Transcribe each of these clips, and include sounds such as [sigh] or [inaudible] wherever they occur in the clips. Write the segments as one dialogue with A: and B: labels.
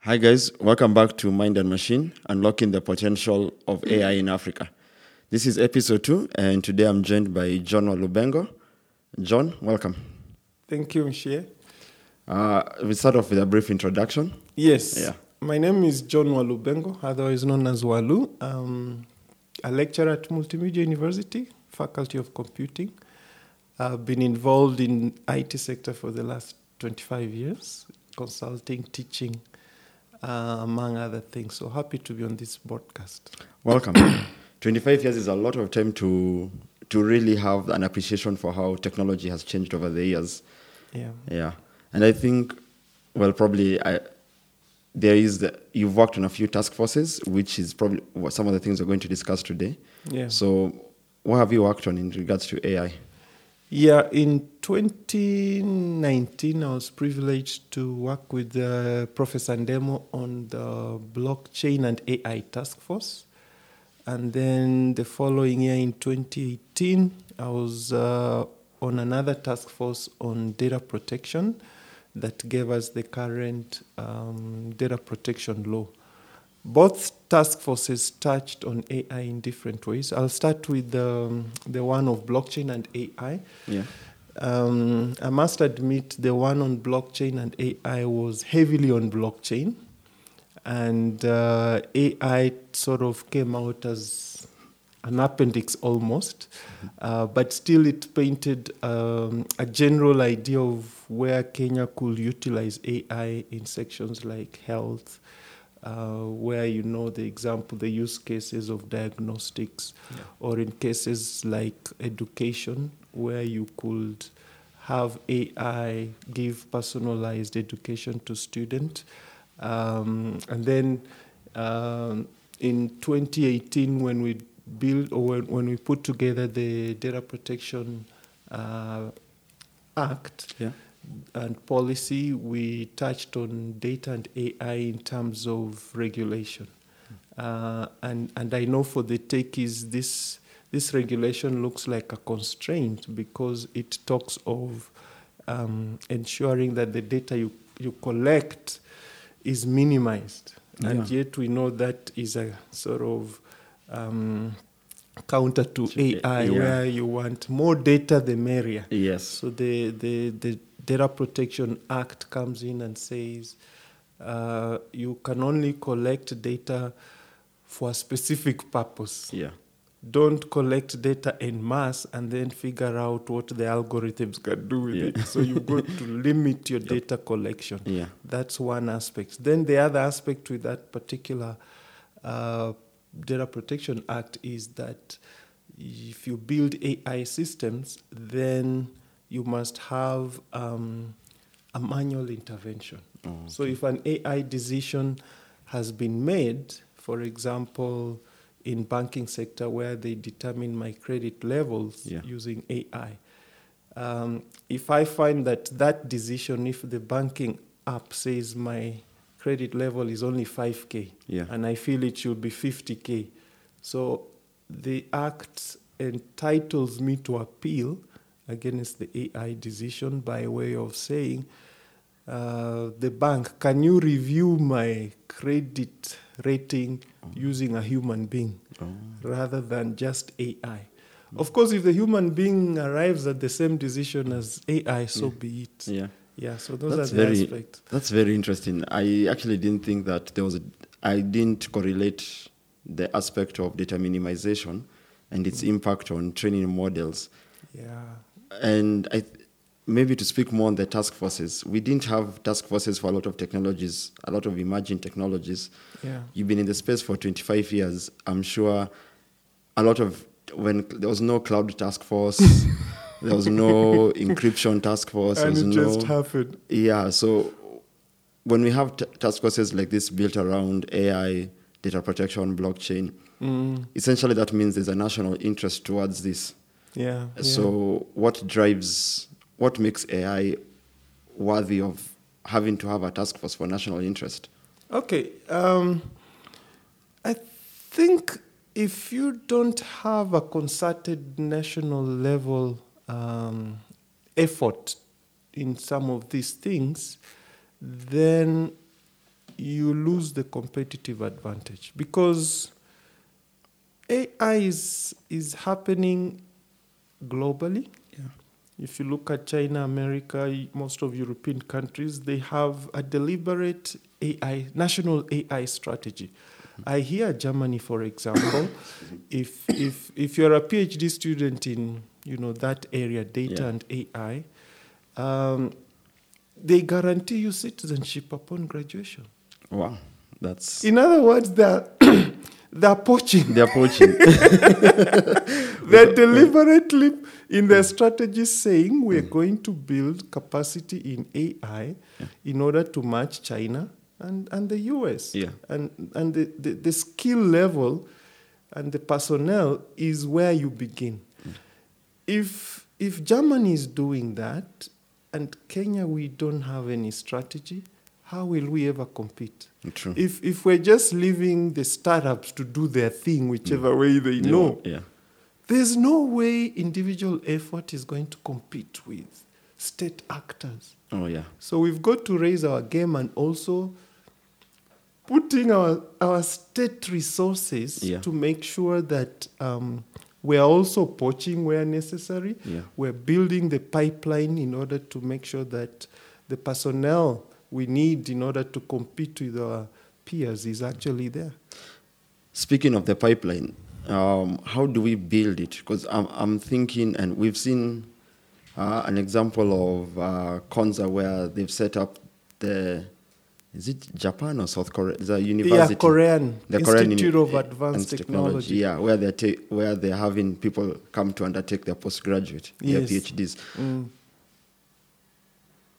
A: Hi, guys. Welcome back to Mind and Machine Unlocking the Potential of AI in Africa. This is episode two, and today I'm joined by John Olubengo. John, welcome.
B: Thank you, Mshie.
A: Uh, we start off with a brief introduction.
B: Yes.
A: Yeah.
B: My name is John Walubengo, otherwise known as Walu. Um, a lecturer at Multimedia University, Faculty of Computing. I've been involved in IT sector for the last 25 years, consulting, teaching, uh, among other things. So happy to be on this broadcast.
A: Welcome. 25 years is a lot of time to to really have an appreciation for how technology has changed over the years.
B: Yeah.
A: Yeah, and I think, well, probably I, there is the, you've worked on a few task forces, which is probably what some of the things we're going to discuss today.
B: Yeah.
A: So, what have you worked on in regards to AI?
B: Yeah, in 2019, I was privileged to work with uh, Professor Ndemo on the Blockchain and AI Task Force. And then the following year, in 2018, I was uh, on another task force on data protection that gave us the current um, data protection law. Both task forces touched on AI in different ways. I'll start with um, the one of blockchain and AI.
A: Yeah.
B: Um, I must admit, the one on blockchain and AI was heavily on blockchain, and uh, AI sort of came out as an appendix almost, uh, but still it painted um, a general idea of where Kenya could utilize AI in sections like health. Uh, where you know the example, the use cases of diagnostics, or in cases like education, where you could have AI give personalized education to students. Um, and then um, in 2018, when we built or when, when we put together the Data Protection uh, Act
A: Yeah.
B: and policy, we touched on data and AI in terms of regulation.
A: Hmm.
B: Uh, and, and I know for the techies, this, this regulation looks like a constraint because it talks of um, ensuring that the data you, you collect is minimized. And
A: Yeah.
B: yet we know that is a sort of um, counter to
A: To A-
B: AI,
A: yeah.
B: where you want more data, the merrier.
A: Yes.
B: So the, the, the Data Protection Act comes in and says uh, you can only collect data for a specific purpose.
A: Yeah.
B: Don't collect data en mass and then figure out what the algorithms can do with
A: Yeah.
B: it. So you've got to limit your data collection.
A: Yeah.
B: That's one aspect. Then the other aspect with that particular uh, Data Protection Act is that if you build AI systems, then you must have um, a manual intervention.
A: Oh,
B: So if an AI decision has been made, for example, in banking sector where they determine my credit levels
A: Yeah.
B: using AI, um, if I find that that decision, if the banking app says my credit level is only 5K
A: Yeah.
B: and I feel it should be 50K, so the act entitles me to appeal against the AI decision by way of saying, uh, the bank, can you review my credit rating using a human being rather than just AI? Of course, if the human being arrives at the same decision as AI, so be it.
A: Yeah.
B: Yeah, so those
A: That's
B: are the
A: very-
B: aspects.
A: That's very interesting. I actually didn't think that there was a, I didn't correlate the aspect of data minimization and its impact on training models.
B: Yeah,
A: and I th- maybe to speak more on the task forces, we didn't have task forces for a lot of technologies, a lot of emerging technologies.
B: yeah,
A: You've been in the space for 25 years. I'm sure a lot of when there was no cloud task
B: [laughs]
A: force, there was no encryption task force, there
B: and
A: was
B: it
A: no
B: just happened.
A: yeah, so when we have t- task forces like this built around AI, data protection, blockchain,
B: Mm,
A: essentially that means there's a national interest towards this.
B: Yeah, yeah.
A: So, what drives, what makes AI worthy of having to have a task force for national interest?
B: Okay. Um, I think if you don't have a concerted national level um, effort in some of these things, then you lose the competitive advantage because AI is is happening globally.
A: Yeah.
B: If you look at China, America, y- most of European countries, they have a deliberate AI national AI strategy. I hear Germany,
A: [coughs]
B: for example, if if if you're a PhD student in you know that area, data
A: Yeah.
B: and AI, um, they guarantee you citizenship upon graduation.
A: Wow, that's
B: In other words, they're [clears throat] they're
A: [laughs]
B: poaching.
A: they're poaching.
B: They're deliberately in their strategy saying we're going to build capacity in AI in order to match China and, and the US.
A: Yeah.
B: And, and the, the, the skill level and the personnel is where you begin. If, if Germany is doing that and Kenya, we don't have any strategy, how will we ever compete?
A: True.
B: If, if we're just leaving the startups to do their thing, whichever way they
A: They
B: know,
A: won't- Yeah.
B: there's no way individual effort is going to compete with state actors.
A: Oh yeah.
B: So we've got to raise our game and also putting our, our state resources
A: Yeah.
B: to make sure that um, we're also poaching where necessary.
A: Yeah.
B: We're building the pipeline in order to make sure that the personnel we need in order to compete with our peers is actually there.
A: Speaking of the pipeline, um, how do we build it? Because I'm, I'm thinking, and we've seen uh, an example of uh, Konza where they've set up the, is it Japan or South Korea? Is that university?
B: Yeah, Korean
A: The Korean
B: Institute
A: Uni-
B: of Advanced Technology.
A: Yeah, where they're, ta- where they're having people come to undertake their postgraduate,
B: Yes.
A: their PhDs.
B: Mm.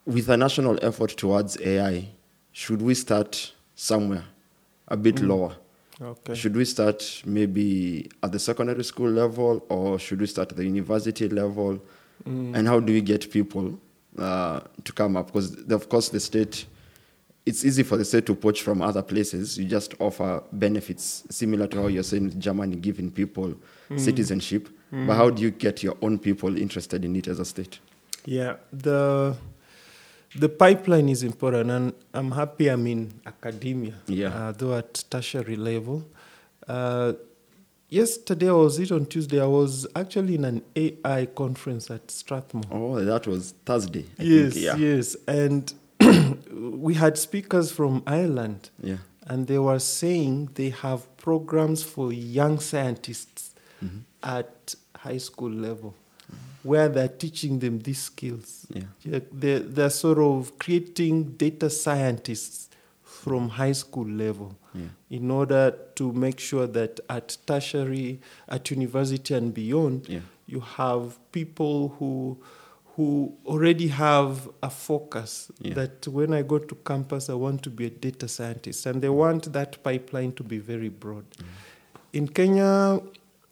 A: with a national effort towards AI, should we start somewhere a bit
B: Mm.
A: lower?
B: Okay.
A: Should we start maybe at the secondary school level or should we start at the university level?
B: Mm.
A: And how do we get people uh, to come up? Because, of course, the state, it's easy for the state to poach from other places. You just offer benefits similar to how you're saying Germany giving people
B: Mm.
A: citizenship. But how do you get your own people interested in it as a state?
B: Yeah, the the pipeline is important, and I'm happy I'm in academia,
A: Yeah.
B: uh, though at tertiary level. Uh, yesterday, I was it on Tuesday. I was actually in an AI conference at Strathmore.
A: Oh, that was Thursday. I
B: yes,
A: think. Yeah.
B: yes, and [clears throat] we had speakers from Ireland,
A: Yeah.
B: and they were saying they have programs for young scientists
A: Mm-hmm.
B: at high school level, where they're teaching them these skills.
A: Yeah.
B: Yeah, they're, they're sort of creating data scientists from high school level
A: Yeah.
B: in order to make sure that at tertiary, at university and beyond,
A: Yeah.
B: you have people who who already have a focus
A: Yeah.
B: that when I go to campus, I want to be a data scientist, and they want that pipeline to be very broad.
A: Mm-hmm.
B: In Kenya,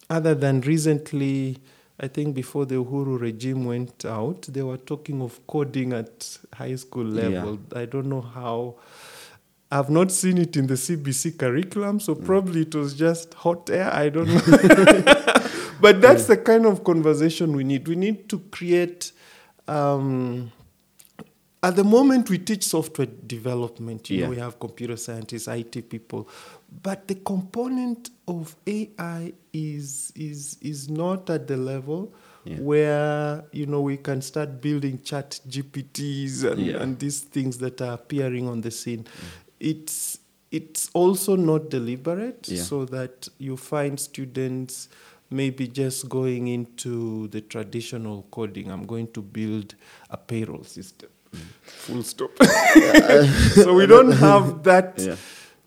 B: other than recently, I think before the Uhuru regime went out, they were talking of coding at high school
A: Yeah.
B: level. I don't know how. I've not seen it in the CBC curriculum, so probably it was just hot air. I don't [laughs] know. but that's the kind of conversation we need. We need to create. Um, at the moment, we teach software development. You know,
A: Yeah.
B: we have computer scientists, IT people, but the component of AI is is is not at the level
A: Yeah.
B: where you know we can start building chat GPTs and,
A: Yeah.
B: and these things that are appearing on the scene. It's it's also not deliberate,
A: Yeah.
B: so that you find students maybe just going into the traditional coding. I'm going to build a payroll system.
A: [laughs]
B: Full stop. so we don't have that
A: Yeah.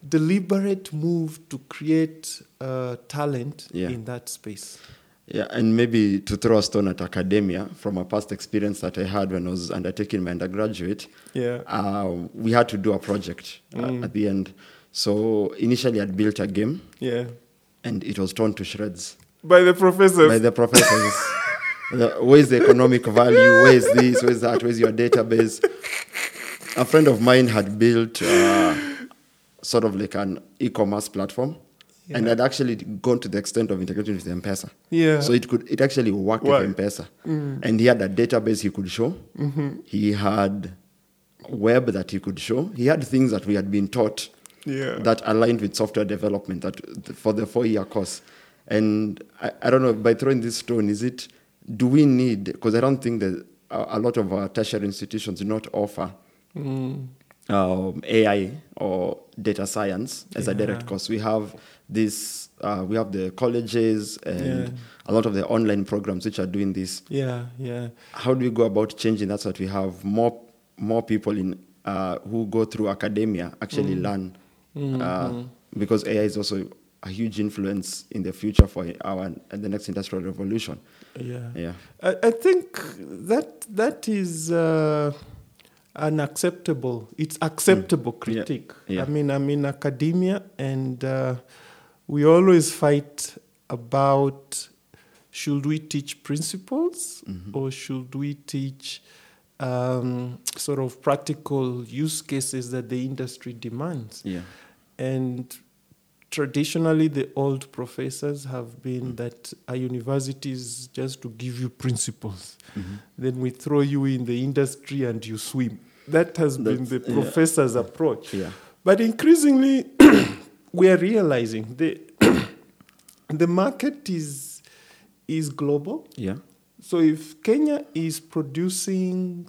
B: deliberate move to create uh, talent
A: Yeah.
B: in that space.
A: Yeah, and maybe to throw a stone at academia from a past experience that I had when I was undertaking my undergraduate,
B: Yeah.
A: uh, we had to do a project uh, at the end. So initially, I'd built a game
B: Yeah.
A: and it was torn to shreds
B: By the professors.
A: by the professors. The- where's the economic value? Where's this? Where's that? Where's your database? A friend of mine had built uh, sort of like an e-commerce platform, and had actually gone to the extent of integrating with M-Pesa.
B: Yeah.
A: So it could it actually worked
B: Why?
A: with M-Pesa, and he had a database he could show. He had web that he could show. He had things that we had been taught
B: Yeah.
A: that aligned with software development that for the four year course. And I, I don't know, by throwing this stone, is it, do we need, because I don't think that a, a lot of our tertiary institutions do not offer
B: Mm.
A: um, AI or data science as a direct
B: Yeah.
A: course. We have this, uh, we have the colleges and
B: Yeah.
A: a lot of the online programs which are doing this
B: yeah, yeah.
A: how do we go about changing that so that we have more more people in uh, who go through academia actually learn uh, because AI is also a huge influence in the future for our and the next industrial revolution.
B: Yeah.
A: Yeah,
B: I, I think that that is uh, unacceptable. It's acceptable critique.
A: Mm. Yeah.
B: I mean, I'm in academia, and uh, we always fight about should we teach principles
A: Mm-hmm.
B: or should we teach um, sort of practical use cases that the industry demands.
A: yeah,
B: And traditionally, the old professors have been
A: Mm-hmm.
B: that our universities just to give you principles.
A: Mm-hmm.
B: Then we throw you in the industry and you swim. That has been
A: That's-
B: the
A: yeah.
B: professor's approach.
A: yeah,
B: But increasingly, [coughs] we are realizing the, [coughs] the market is, is global.
A: yeah,
B: So if Kenya is producing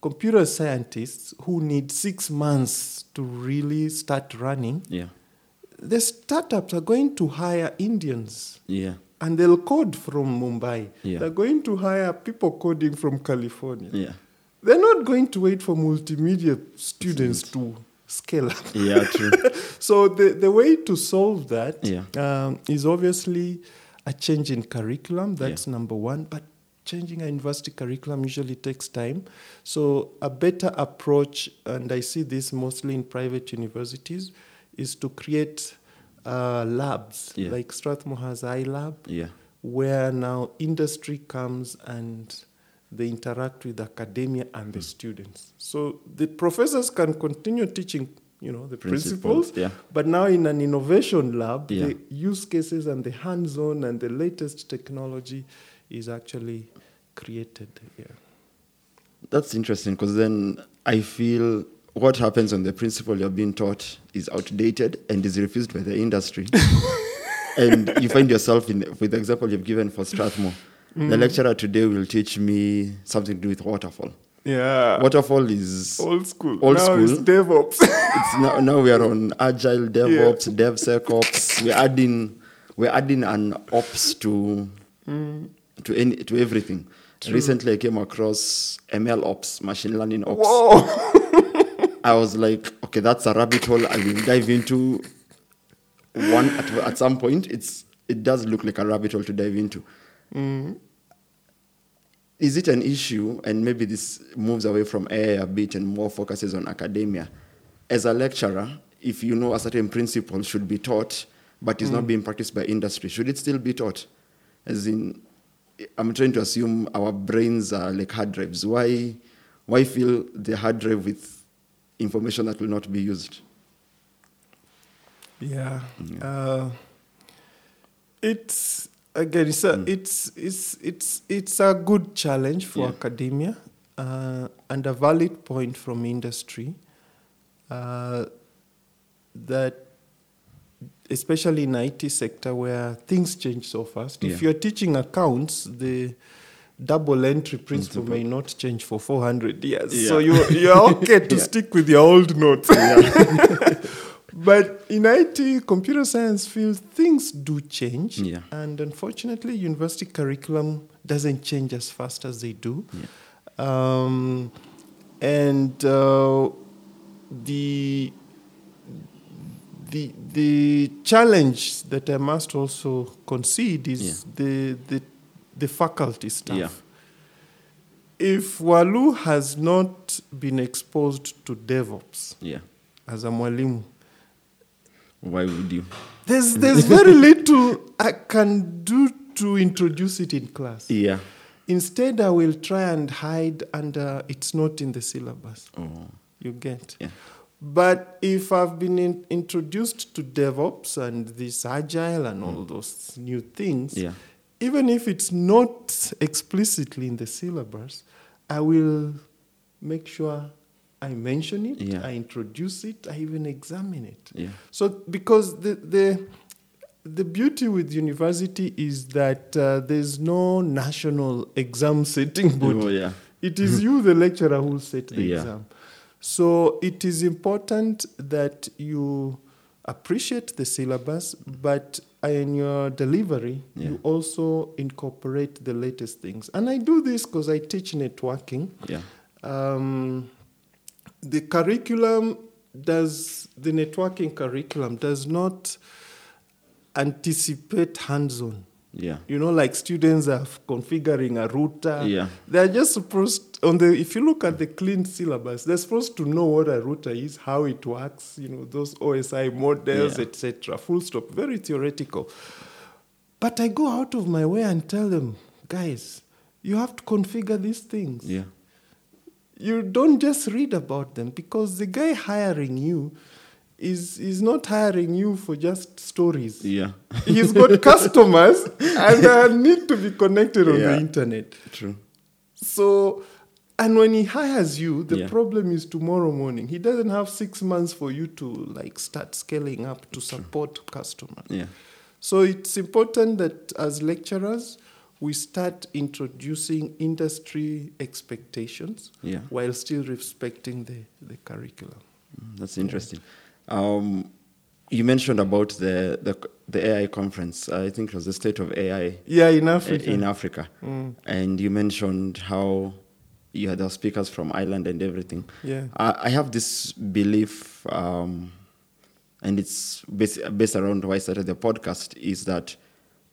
B: computer scientists who need six months to really start running,
A: yeah,
B: the startups are going to hire Indians
A: yeah,
B: and they'll code from Mumbai.
A: Yeah.
B: They're going to hire people coding from California.
A: yeah,
B: They're not going to wait for multimedia students to scale up.
A: yeah. True.
B: [laughs] So the, the way to solve that
A: Yeah.
B: um, is obviously a change in curriculum.
A: Yeah.
B: That's number one. But changing a university curriculum usually takes time. So a better approach, and I see this mostly in private universities, is to create uh, labs
A: Yeah.
B: like Strathmore has iLab,
A: Yeah,
B: where now industry comes and they interact with academia and
A: Hmm.
B: the students. So the professors can continue teaching, you know, the
A: Principles,
B: principles,
A: yeah.
B: but now in an innovation lab,
A: Yeah.
B: the use cases and the hands-on and the latest technology is actually created. Yeah.
A: that's interesting because then I feel what happens when the principle you're being taught is outdated and is refused by the
B: [laughs]
A: industry. and you find yourself in with the example you've given for Strathmore. The
B: Mm.
A: lecturer today will teach me something to do with waterfall.
B: Yeah.
A: Waterfall is
B: Uh, Old school.
A: Old Now it's school.
B: DevOps. [laughs]
A: it's now, now we are on agile DevOps, DevSecOps. We're adding we're adding an ops to to any to everything. Recently, I came across ML ops, machine learning ops. I was like, okay, that's a rabbit hole I will dive into one at, at some point. It's it does look like a rabbit hole to dive into. Is it an issue? And maybe this moves away from AI a bit and more focuses on academia. As a lecturer, if you know a certain principle should be taught, but is not being practiced by industry, should it still be taught? As in, I'm trying to assume our brains are like hard drives. Why, why fill the hard drive with information that will not be used?
B: Yeah. Uh, it's again it's
A: Hmm.
B: a, it's it's it's it's a good challenge for
A: Yeah.
B: academia uh, and a valid point from industry uh, that especially in IT sector where things change so fast. If
A: Yeah.
B: you're teaching accounts, the double entry principle may not change for 400 years. So
A: Yeah.
B: you you're okay
A: [laughs]
B: to
A: Yeah.
B: stick with your old notes. But in IT, computer science field, things do change.
A: Yeah.
B: And unfortunately, university curriculum doesn't change as fast as they do.
A: Yeah.
B: Um, and uh, the, the, the challenge that I must also concede is the, the, the faculty
A: [coughs]
B: staff
A: Yeah.
B: if Walu has not been exposed to DevOps
A: Yeah.
B: as a mwalimu,
A: Why would you? [laughs]
B: there's, there's very little I can do to introduce it in class.
A: Yeah.
B: Instead, I will try and hide under it's not in the syllabus.
A: Oh.
B: You get.
A: Yeah.
B: But if I've been in, introduced to DevOps and this agile and all those new things,
A: Mm. Yeah.
B: even if it's not explicitly in the syllabus, I will make sure I mention it,
A: Yeah.
B: I introduce it, I even examine it.
A: Yeah.
B: So because the the the beauty with university is that uh, there's no national exam setting body.
A: Oh, yeah.
B: It is you, the lecturer, who set the
A: Yeah.
B: exam. So it is important that you appreciate the syllabus, but uh, in your delivery,
A: Yeah.
B: you also incorporate the latest things. And I do this because I teach networking
A: Yeah.
B: um, the curriculum does the networking curriculum does not anticipate hands-on
A: Yeah.
B: you know like students are configuring a router
A: Yeah.
B: they're just supposed on the if you look at the clean syllabus they're supposed to know what a router is how it works you know those osi models
A: Yeah.
B: etc full stop very theoretical but i go out of my way and tell them guys you have to configure these things
A: Yeah.
B: you don't just read about them because the guy hiring you is is not hiring you for just stories.
A: Yeah.
B: He's
A: [laughs]
B: got customers and uh, need to be connected on the
A: Yeah.
B: internet.
A: True.
B: So and when he hires you, the
A: Yeah.
B: problem is tomorrow morning. He doesn't have six months for you to like start scaling up to support customers.
A: Yeah.
B: So it's important that as lecturers, we start introducing industry expectations
A: Yeah.
B: while still respecting the, the curriculum.
A: Mm, That's interesting. Um, you mentioned about the, the the AI conference. I think it was the state of AI
B: Yeah, in
A: uh,
B: Africa. Mm.
A: in Africa, and you mentioned how you had our speakers from Ireland and everything.
B: Yeah.
A: I, I have this belief, um, and it's based, based around why I started the podcast, is that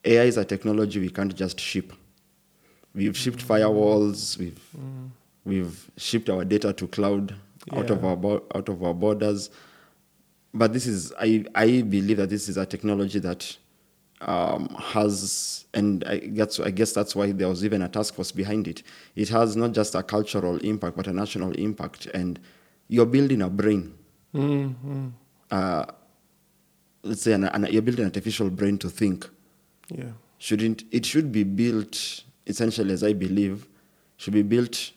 A: AI is a technology we can't just ship. We've shipped firewalls. We've we've shipped our data to cloud out of
B: Yeah.
A: our bo- out of our borders. But this is I I believe that this is a technology that um, has and I guess I guess that's why there was even a task force behind it. It has not just a cultural impact but a national impact, and you're building a brain. Uh, let's say an, an, you're building an artificial brain to think
B: yeah.
A: shouldn't it should be built essentially as i believe should be built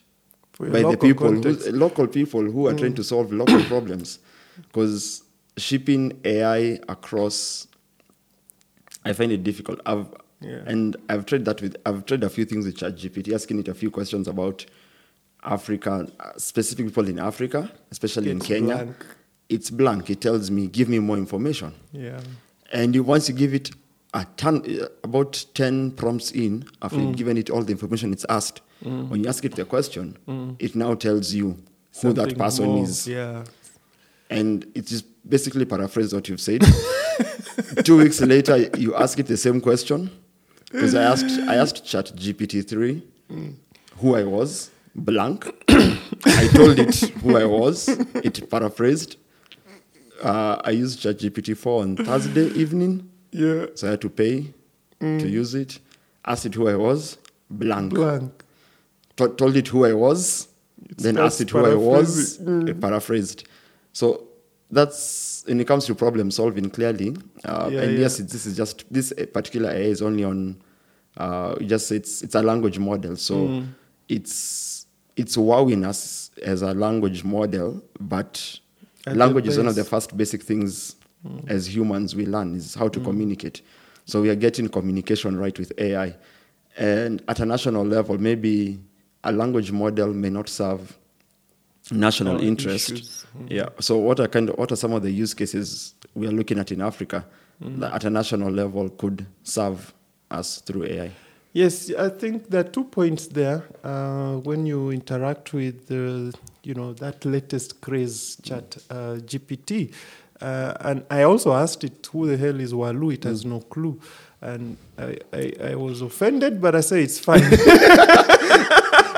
B: For your
A: by the
B: local
A: people who,
B: context.
A: local people who are trying to
B: [clears throat]
A: solve local problems because shipping ai across i find it difficult i've
B: Yeah.
A: and i've tried that with i've tried a few things with ChatGPT, asking it a few questions about africa uh, specific people in africa especially in
B: It's
A: kenya
B: blank.
A: it's blank it tells me give me more information
B: Yeah.
A: and you once you give it a ton, eh, about 10 prompts in, after
B: Mm.
A: you've given it all the information it's asked, when you ask it the question, it now tells you who that
B: Mm. Something
A: person
B: more,
A: is.
B: Yeah.
A: And it just basically paraphrase what you've
B: [laughs]
A: said. Two weeks later, you ask it the same question. Because I asked, I asked Chat GPT-3
B: Mm.
A: who I was, blank. [coughs] I told it who I was. It paraphrased. Uh, I used Chat GPT-4 on Thursday evening.
B: Yeah.
A: So I had to pay to use it. Asked it who I was, blank.
B: Mm. Blank.
A: To- told it who I was,
B: It's Mm.
A: then
B: just
A: asked it who I was,
B: paraphrasing.
A: it paraphrased. So that's when it comes to problem solving. Clearly, uh,
B: Yeah,
A: and
B: yeah.
A: yes, it, this is just this uh, particular AI is only on. Uh, just it's it's a language model, so
B: Mm.
A: it's it's wowing us as a language model, but
B: At Hmm. the
A: language is one of the
B: base.
A: first basic things as humans we learn is how to
B: Hmm.
A: communicate. So we are getting communication right with AI. And at a national level, maybe a language model may not serve national
B: Or
A: interest.
B: issues. Hmm.
A: Yeah. So what are kind of, what are some of the use cases we are looking at in Africa
B: Hmm.
A: that at a national level could serve us through AI?
B: Yes, I think there are two points there. Uh, when you interact with the, you know, that latest craze chat uh, GPT, uh, and I also asked it, "Who the hell is Walu?" It has no clue, and I, I, I was offended, but I say it's fine.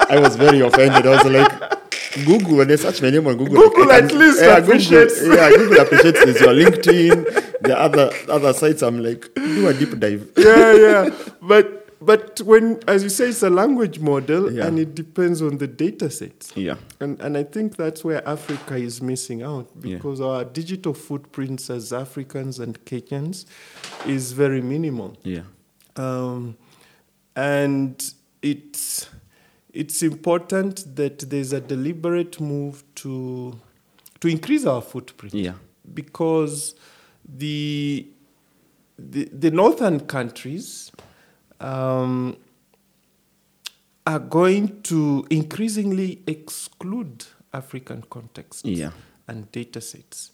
A: I was very offended. I was like, Google, when they search my name on Google,
B: Google
A: I
B: at least appreciates.
A: Google, yeah, Google appreciates this. Your LinkedIn, the other other sites. I'm like, do a deep dive.
B: [laughs] yeah, yeah. But but when, as you say, it's a language model,
A: Yeah.
B: and it depends on the data sets.
A: Yeah,
B: And, and I think that's where Africa is missing out
A: Yeah.
B: because our digital footprints as Africans and Kenyans is very minimal.
A: yeah,
B: Um, and it's, it's important that there's a deliberate move to to increase our footprint
A: Yeah.
B: because the the, the northern countries um, are going to increasingly exclude African contexts
A: Yeah.
B: and data sets.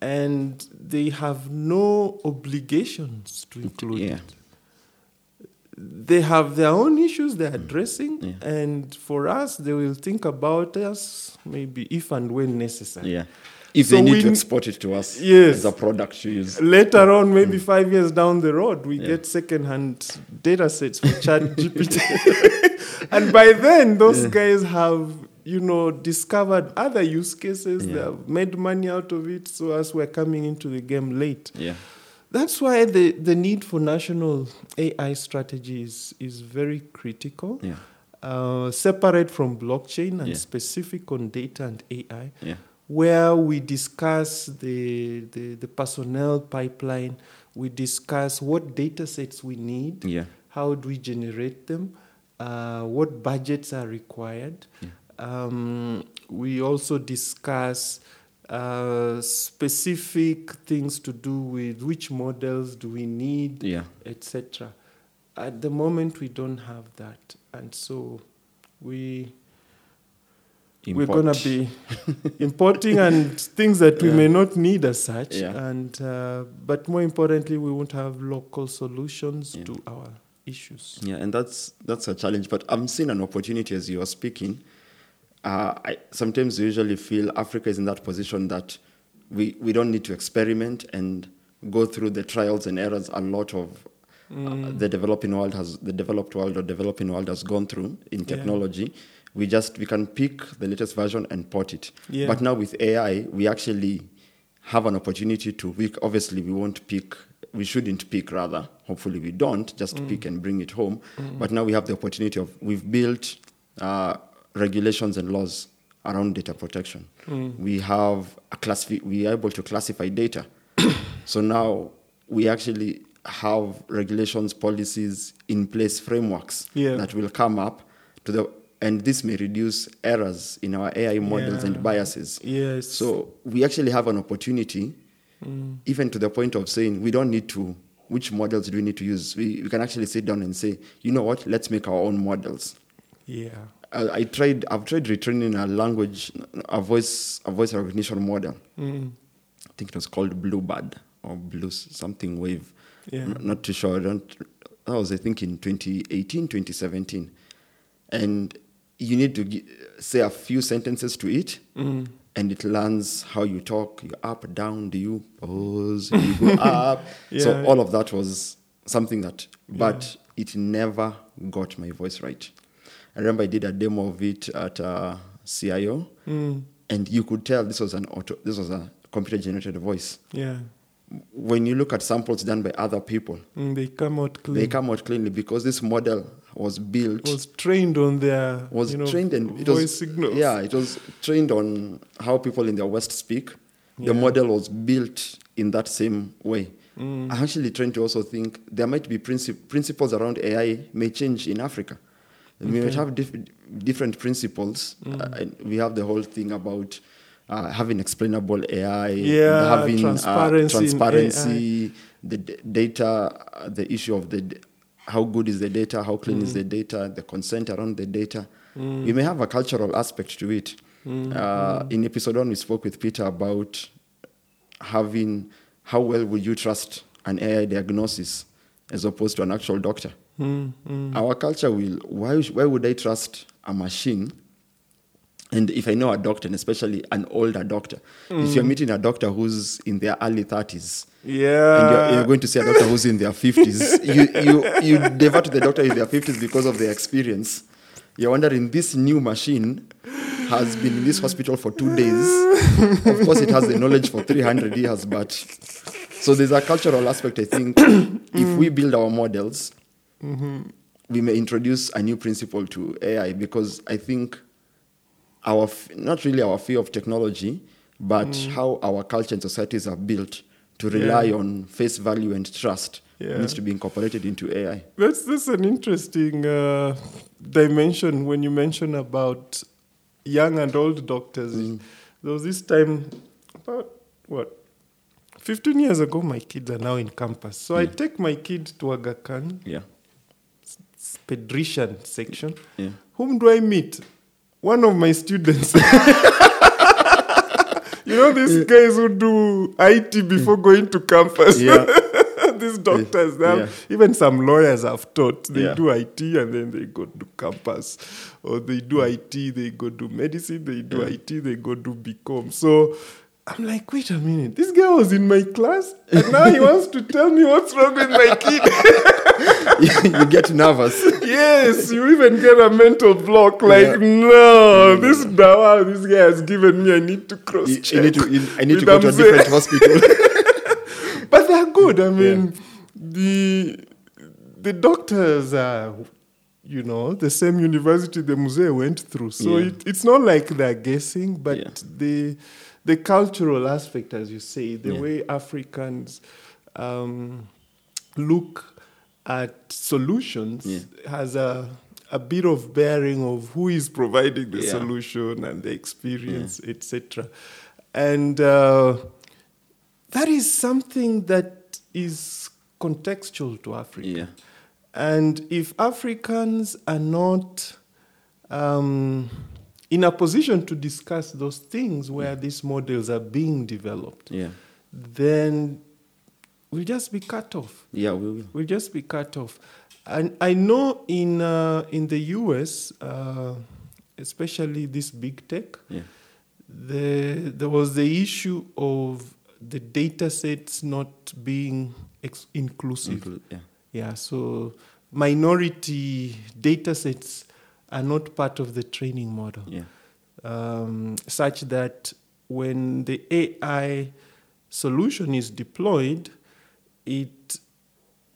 B: And they have no obligations to include
A: Yeah.
B: it. They have their own issues they're addressing,
A: Mm. Yeah.
B: and for us, they will think about us maybe if and when necessary.
A: Yeah. If
B: So
A: they need
B: we
A: to
B: n-
A: export it to us
B: Yes.
A: as a product to use.
B: Later on, maybe five years down the road, we
A: Mm. Yeah.
B: get second-hand data sets for ChatGPT, [laughs] and by then those guys have you know discovered other use cases. They
A: Yeah.
B: have made money out of it. So as we're coming into the game late,
A: Yeah.
B: that's why the the need for national AI strategies is very critical.
A: Yeah.
B: Uh, separate from blockchain and
A: Yeah.
B: specific on data and AI
A: Yeah.
B: where we discuss the, the, the personnel pipeline, we discuss what data sets we need,
A: Yeah.
B: how do we generate them, uh, what budgets are required.
A: Yeah.
B: Um, we also discuss uh, specific things to do with which models do we need,
A: Yeah.
B: etc. At the moment, we don't have that, and so we we're gonna
A: Import.
B: be [laughs] importing and things that we
A: Yeah.
B: may not need as such
A: Yeah.
B: and uh, but more importantly we won't have local solutions
A: Yeah.
B: to our issues
A: Yeah, and that's that's a challenge. But I'm seeing an opportunity as you are speaking. Uh, I sometimes usually feel Africa is in that position that we we don't need to experiment and go through the trials and errors a lot of uh, the developing world has the developed world or developing world has gone through in
B: Yeah.
A: technology. We just we can pick the latest version and port it.
B: Yeah.
A: But now with AI, we actually have an opportunity to. We obviously we won't pick. We shouldn't pick rather. Hopefully we don't just
B: Mm.
A: pick and bring it home. But now we have the opportunity of we've built uh, regulations and laws around data protection.
B: Mm.
A: We have a classif- we are able to classify
B: [coughs]
A: data. so now we actually have regulations, policies in place, frameworks
B: Yeah.
A: that will come up to the and this may reduce errors in our AI models
B: Yeah.
A: and biases.
B: yes
A: So we actually have an opportunity, even to the point of saying we don't need to, which models do we need to use? We, we can actually sit down and say, you know what, let's make our own models.
B: yeah
A: I, I tried, I've tried retraining a language, a voice, a voice recognition model. I think it was called Bluebird or Blue s- something wave.
B: Yeah.
A: I'm not too sure. I don't, that was, I think, in 2018, 2017. And you need to gi- say a few sentences to it,
B: Mm-hmm.
A: and it learns how you talk. You up, down, do you pause, you
B: [laughs]
A: go up. So
B: Yeah.
A: all of that was something that, but it never got my voice right. I remember I did a demo of it at uh, CIO, and you could tell this was an auto, this was a computer generated voice.
B: yeah
A: When you look at samples done by other people,
B: Mm, they come out clean
A: they come out cleanly because this model was built
B: was trained on their
A: was
B: you know,
A: trained and it
B: voice
A: was
B: signals
A: yeah it was trained on how people in the west speak
B: Yeah.
A: the model was built in that same way
B: Mm.
A: i'm actually trying to also think there might be princip- principles around ai may change in africa we might have diff- different principles
B: Mm.
A: uh, and we have the whole thing about uh, having explainable ai
B: Yeah,
A: having
B: transparency
A: uh,
B: in
A: transparency the d- data uh, the issue of the d- how good is the data how clean
B: Mm.
A: is the data the consent around the data we may have a cultural aspect to it
B: Mm.
A: uh, in episode one we spoke with peter about having how well would you trust an ai diagnosis as opposed to an actual doctor
B: Mm, mm.
A: our culture will why, sh- why would i trust a machine and if i know a doctor and especially an older doctor if you're meeting a doctor who's in their early 30s and
B: yeah
A: you're, you're going to see a doctor who's in their 50s. You, you, you divert to the doctor in their 50s because of their experience. You're wondering, this new machine has been in this hospital for two days. of course, it has the knowledge for 300 years, but. So there's a cultural aspect, I
B: [clears throat]
A: think. if
B: Mm.
A: we build our models,
B: Mm-hmm.
A: we may introduce a new principle to AI because I think our f- not really our fear of technology, but how our culture and societies are built to rely
B: Mm. Yeah.
A: on face value and trust
B: Yeah.
A: needs to be incorporated into AI.
B: That's that's an interesting uh, dimension when you mention about young and old doctors.
A: Mm.
B: There was this time about what. 15 years ago, my kids are now in campus. So I
A: Yeah.
B: take my kid to Aga Khan,
A: Yeah,
B: s- pediatrician section.
A: yeah.
B: Whom do I meet? One of my students. [laughs] you know, these guys who do IT before going to campus.
A: Mm. Yeah.
B: [laughs] these doctors, they have-
A: Yeah.
B: even some lawyers have taught they
A: Yeah.
B: do IT and then they go to campus, or they do IT, they go do medicine, they do IT, they go do BCom. So I'm like, wait a minute, this guy was in my class, and now
A: [laughs]
B: he wants to tell me what's wrong with my kid.
A: [laughs]
B: [laughs]
A: you get nervous.
B: yes, you even get a mental block. Like, no, this dawa this guy has given me, I need to cross
A: Mm. You,
B: check.
A: you need to, you, I need to
B: with
A: go to a
B: Amze.
A: different hospital.
B: [laughs] But they're good. I mean, the the doctors are, you know, the same university the museum went through. So
A: Yeah.
B: it, it's not like they're guessing, but
A: Yeah.
B: the the cultural aspect, as you say, the
A: Yeah.
B: way Africans um, look at solutions
A: Yeah.
B: has a a bit of bearing of who is providing the
A: Yeah.
B: solution and the experience, etc. And uh, that is something that is contextual to Africa.
A: yeah,
B: And if Africans are not um, in a position to discuss those things where these models are being developed,
A: yeah,
B: then we'll just be cut off.
A: yeah. We will.
B: We'll just be cut off. And I know in, uh, in the US, uh, especially this big tech,
A: Yeah,
B: the, there was the issue of the data sets not being ex- inclusive.
A: Inclu- yeah,
B: Yeah, so minority data sets are not part of the training model,
A: yeah,
B: um, such that when the AI solution is deployed, it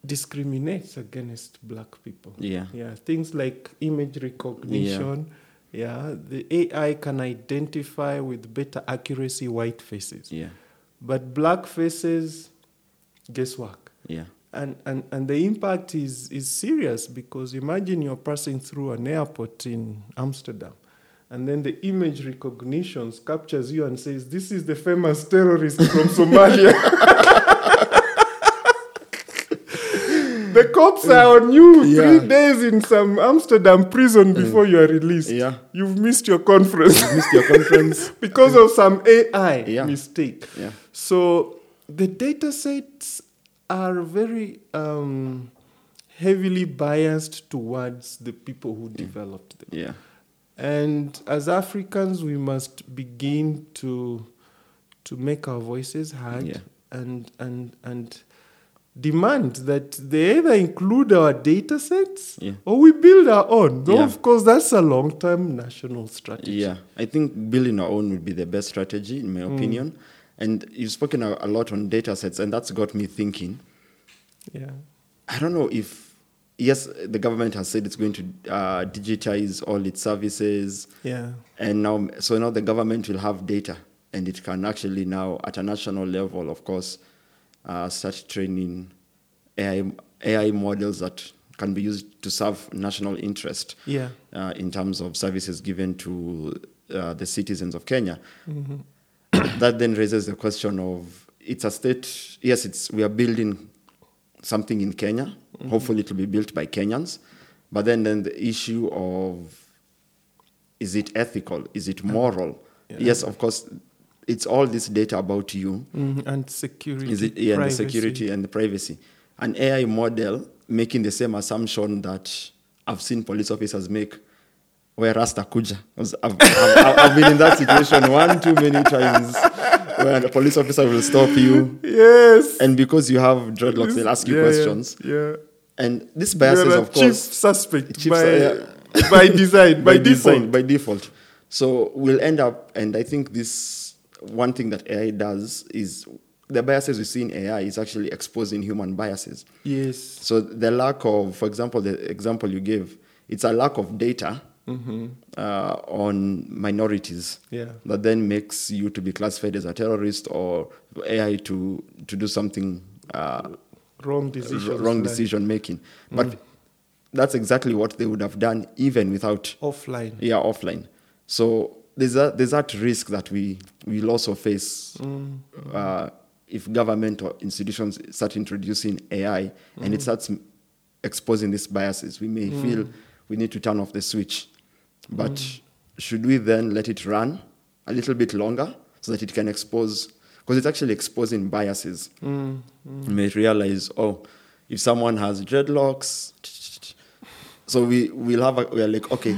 B: discriminates against black people.
A: yeah,
B: Yeah, things like image recognition. Yeah. the AI can identify with better accuracy white faces.
A: yeah,
B: But black faces, guesswork.
A: yeah,
B: And, and, and the impact is, is serious because imagine you're passing through an airport in Amsterdam and then the image recognition captures you and says, This is the famous terrorist from Somalia. [laughs] the cops are on you
A: Yeah. Mm.
B: three days in some Amsterdam prison before you are released.
A: yeah.
B: You've missed your conference
A: [laughs]
B: [laughs]
A: Missed your conference.
B: because of some AI
A: Yeah.
B: mistake.
A: Yeah,
B: So the data sets are very um, heavily biased towards the people who
A: Mm.
B: developed them.
A: yeah,
B: And as Africans, we must begin to to make our voices heard
A: Yeah.
B: and and and demand that they either include our data sets
A: Yeah.
B: or we build our own. Though
A: Yeah.
B: of course that's a long term national strategy.
A: yeah. I think building our own would be the best strategy, in my opinion. And you've spoken a, a lot on data sets, and that's got me thinking.
B: Yeah.
A: I don't know if yes, the government has said it's going to uh, digitize all its services,
B: Yeah.
A: and now so now the government will have data, and it can actually now at a national level, of course, uh, start training AI m- AI models that can be used to serve national interest
B: Yeah.
A: uh, in terms of services given to uh, the citizens of Kenya.
B: Mm-hmm.
A: that then raises the question of it's a state. Yes, it's we are building something in Kenya.
B: Mm-hmm.
A: Hopefully, it will be built by Kenyans. But then, then the issue of is it ethical? Is it moral?
B: Yeah.
A: Yes, of course. It's all this data about you.
B: Mhm. And security.
A: Is it yeah, and the
B: privacy.
A: security and the privacy? An AI model making the same assumption that I've seen police officers make. Where Rasta Kuja. 'Cause I've, I've, I've- I've been in that situation one too many times where the police officer will stop you.
B: Yes.
A: And because you have dreadlocks,
B: This-
A: they'll ask you
B: yeah, yeah,
A: questions.
B: Yeah.
A: And this
B: You're
A: biases,
B: a
A: of
B: chief
A: course,
B: suspect
A: Chief
B: by,
A: su-
B: [laughs] by design, by,
A: by,
B: default.
A: design, by default. So we'll end up, and I think this one thing that AI does is the biases we see in AI is actually exposing human biases.
B: Yes.
A: So the lack of, for example, the example you gave, it's a lack of data uh, on minorities
B: Mm-hmm. Yeah.
A: that then makes you to be classified as a terrorist or AI to to do something uh,
B: wrong
A: r-
B: decisions. Mm.
A: wrong
B: like
A: decision making. But that's exactly what they would have done even without
B: Offline.
A: yeah offline. So there's a, there's that risk that we will also face
B: Mm.
A: uh, if government or institutions start introducing AI and it starts m- exposing these biases. We may feel we need to turn off the switch, but should we then let it run a little bit longer so that it can expose? Because it's actually exposing biases you may realize, oh, if someone has dreadlocks, so we will have a, we are like, okay,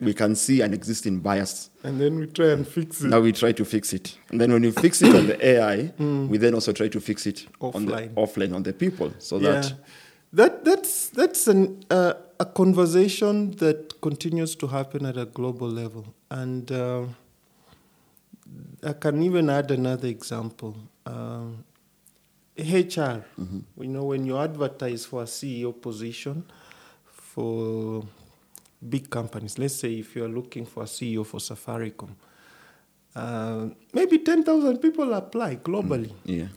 A: we can see an existing bias.
B: And then we try and fix it.
A: Now we try to fix it, and then when you fix it on the
B: [coughs]
A: AI, we then also try to fix it on the
B: Hmm. Offline.
A: offline on the people, so that
B: that that's that's an uh, a conversation that continues to happen at a global level, and uh, I can even add another example. Um, HR, you know, when you advertise for a CEO position for big companies, let's say if you are looking for a CEO for Safaricom, uh, maybe ten thousand people apply globally.
A: yeah,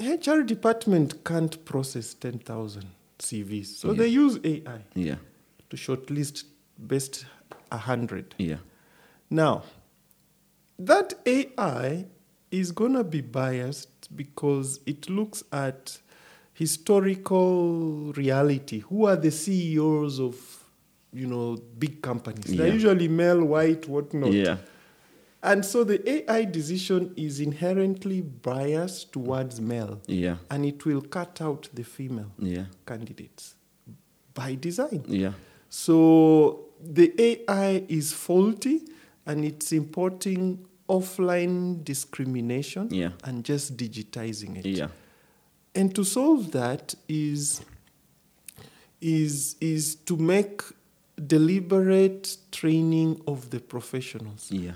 B: HR department can't process 10,000 CVs. So
A: Yeah.
B: they use AI
A: yeah,
B: to shortlist best 100.
A: yeah,
B: Now, that AI is going to be biased because it looks at historical reality. Who are the CEOs of, you know, big companies? They're
A: Yeah.
B: usually male, white, whatnot.
A: yeah,
B: And so the AI decision is inherently biased towards male
A: yeah,
B: and it will cut out the female
A: yeah,
B: candidates by design.
A: yeah,
B: So the AI is faulty and it's importing offline discrimination
A: Yeah.
B: and just digitizing it.
A: yeah,
B: And to solve that is is is to make deliberate training of the professionals
A: yeah,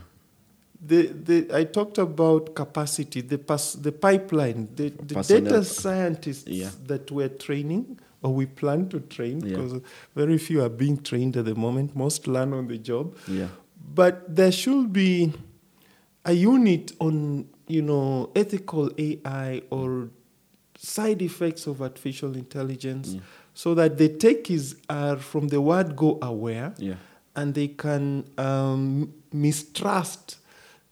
B: the, the I talked about capacity, the pass, the pipeline, the, the
A: Personnel.
B: data scientists
A: Yeah.
B: that we're training or we plan to train
A: Yeah.
B: because very few are being trained at the moment. Most learn on the job,
A: yeah,
B: but there should be a unit on you know ethical AI or side effects of artificial intelligence,
A: Yeah.
B: so that the techies are from the word go aware
A: yeah,
B: and they can um, mistrust